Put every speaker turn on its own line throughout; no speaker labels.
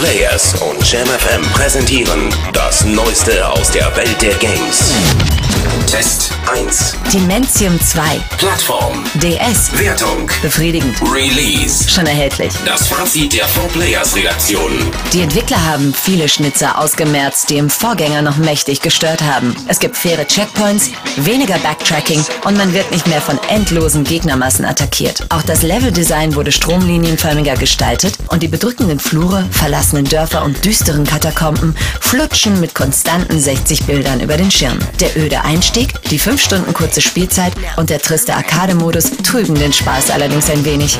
Players und JamFM präsentieren das Neueste aus der Welt der Games. Test 1.
Dementium 2.
Plattform.
DS.
Wertung.
Befriedigend.
Release.
Schon erhältlich.
Das Fazit der 4Players-Redaktion.
Die Entwickler haben viele Schnitzer ausgemerzt, die im Vorgänger noch mächtig gestört haben. Es gibt faire Checkpoints, weniger Backtracking und man wird nicht mehr von endlosen Gegnermassen attackiert. Auch das Leveldesign wurde stromlinienförmiger gestaltet und die bedrückenden Flure, verlassenen Dörfer und düsteren Katakomben flutschen mit konstanten 60 Bildern über den Schirm. Der öde Einstieg, die 5 Stunden kurze Spielzeit und der triste Arcade-Modus trüben den Spaß allerdings ein wenig.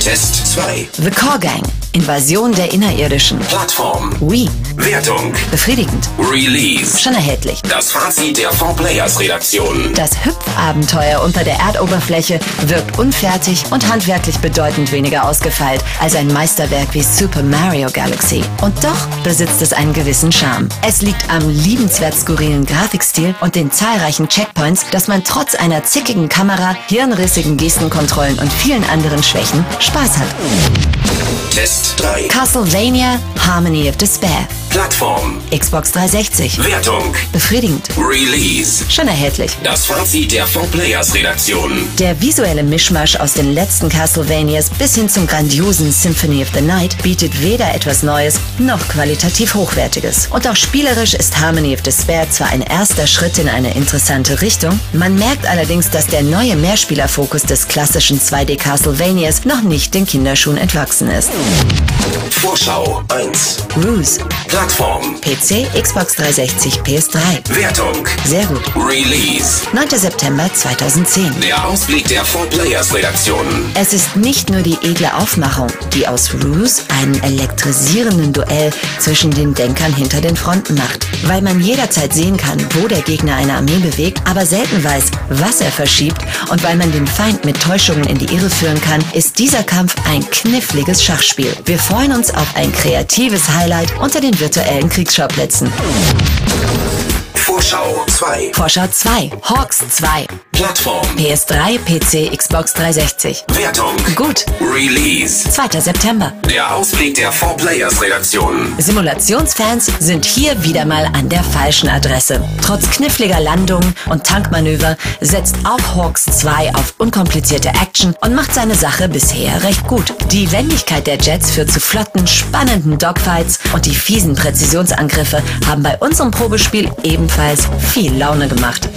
Test 2.
The Core Gang. Invasion der Innerirdischen.
Plattform.
Wii.
Wertung.
Befriedigend.
Release.
Schon erhältlich.
Das Fazit der 4Players-Redaktion.
Das Hüpfabenteuer unter der Erdoberfläche wirkt unfertig und handwerklich bedeutend weniger ausgefeilt als ein Meisterwerk wie Super Mario Galaxy. Und doch besitzt es einen gewissen Charme. Es liegt am liebenswert skurrilen Grafikstil und den zahlreichen Checkpoints, dass man trotz einer zickigen Kamera, hirnrissigen Gestenkontrollen und vielen anderen Schwächen Spaß hat.
Test 3.
Castlevania Harmony of Despair.
Plattform.
Xbox 360.
Wertung.
Befriedigend.
Release.
Schon erhältlich.
Das Fazit der 4Players-Redaktion.
Der visuelle Mischmasch aus den letzten Castlevanias bis hin zum grandiosen Symphony of the Night bietet weder etwas Neues noch qualitativ Hochwertiges. Und auch spielerisch ist Harmony of Despair zwar ein erster Schritt in eine interessante Richtung, man merkt allerdings, dass der neue Mehrspielerfokus des klassischen 2D Castlevanias noch nicht den Kinderschuhen entwachsen ist.
Vorschau 1.
Ruse,
Plattform.
PC, Xbox 360, PS3.
Wertung.
Sehr gut.
Release.
9. September 2010.
Der Ausblick der 4Players-Redaktion.
Es ist nicht nur die edle Aufmachung, die aus Ruse einen elektrisierenden Duell zwischen den Denkern hinter den Fronten macht. Weil man jederzeit sehen kann, wo der Gegner eine Armee bewegt, aber selten weiß, was er verschiebt und weil man den Feind mit Täuschungen in die Irre führen kann, ist dieser Kampf ein kniffliges Schachspiel. Wir freuen uns auf ein kreatives Highlight unter den virtuellen Kriegsschauplätzen.
Vorschau 2.
Vorschau 2, Hawks 2,
Plattform.
PS3, PC, Xbox 360.
Wertung.
Gut,
Release.
2. September.
Der Ausblick der 4Players-Redaktion.
Simulationsfans sind hier wieder mal an der falschen Adresse. Trotz kniffliger Landungen und Tankmanöver setzt auch Hawks 2 auf unkomplizierte Action und macht seine Sache bisher recht gut. Die Wendigkeit der Jets führt zu flotten, spannenden Dogfights und die fiesen Präzisionsangriffe haben bei unserem Probespiel ebenfalls viel Laune gemacht.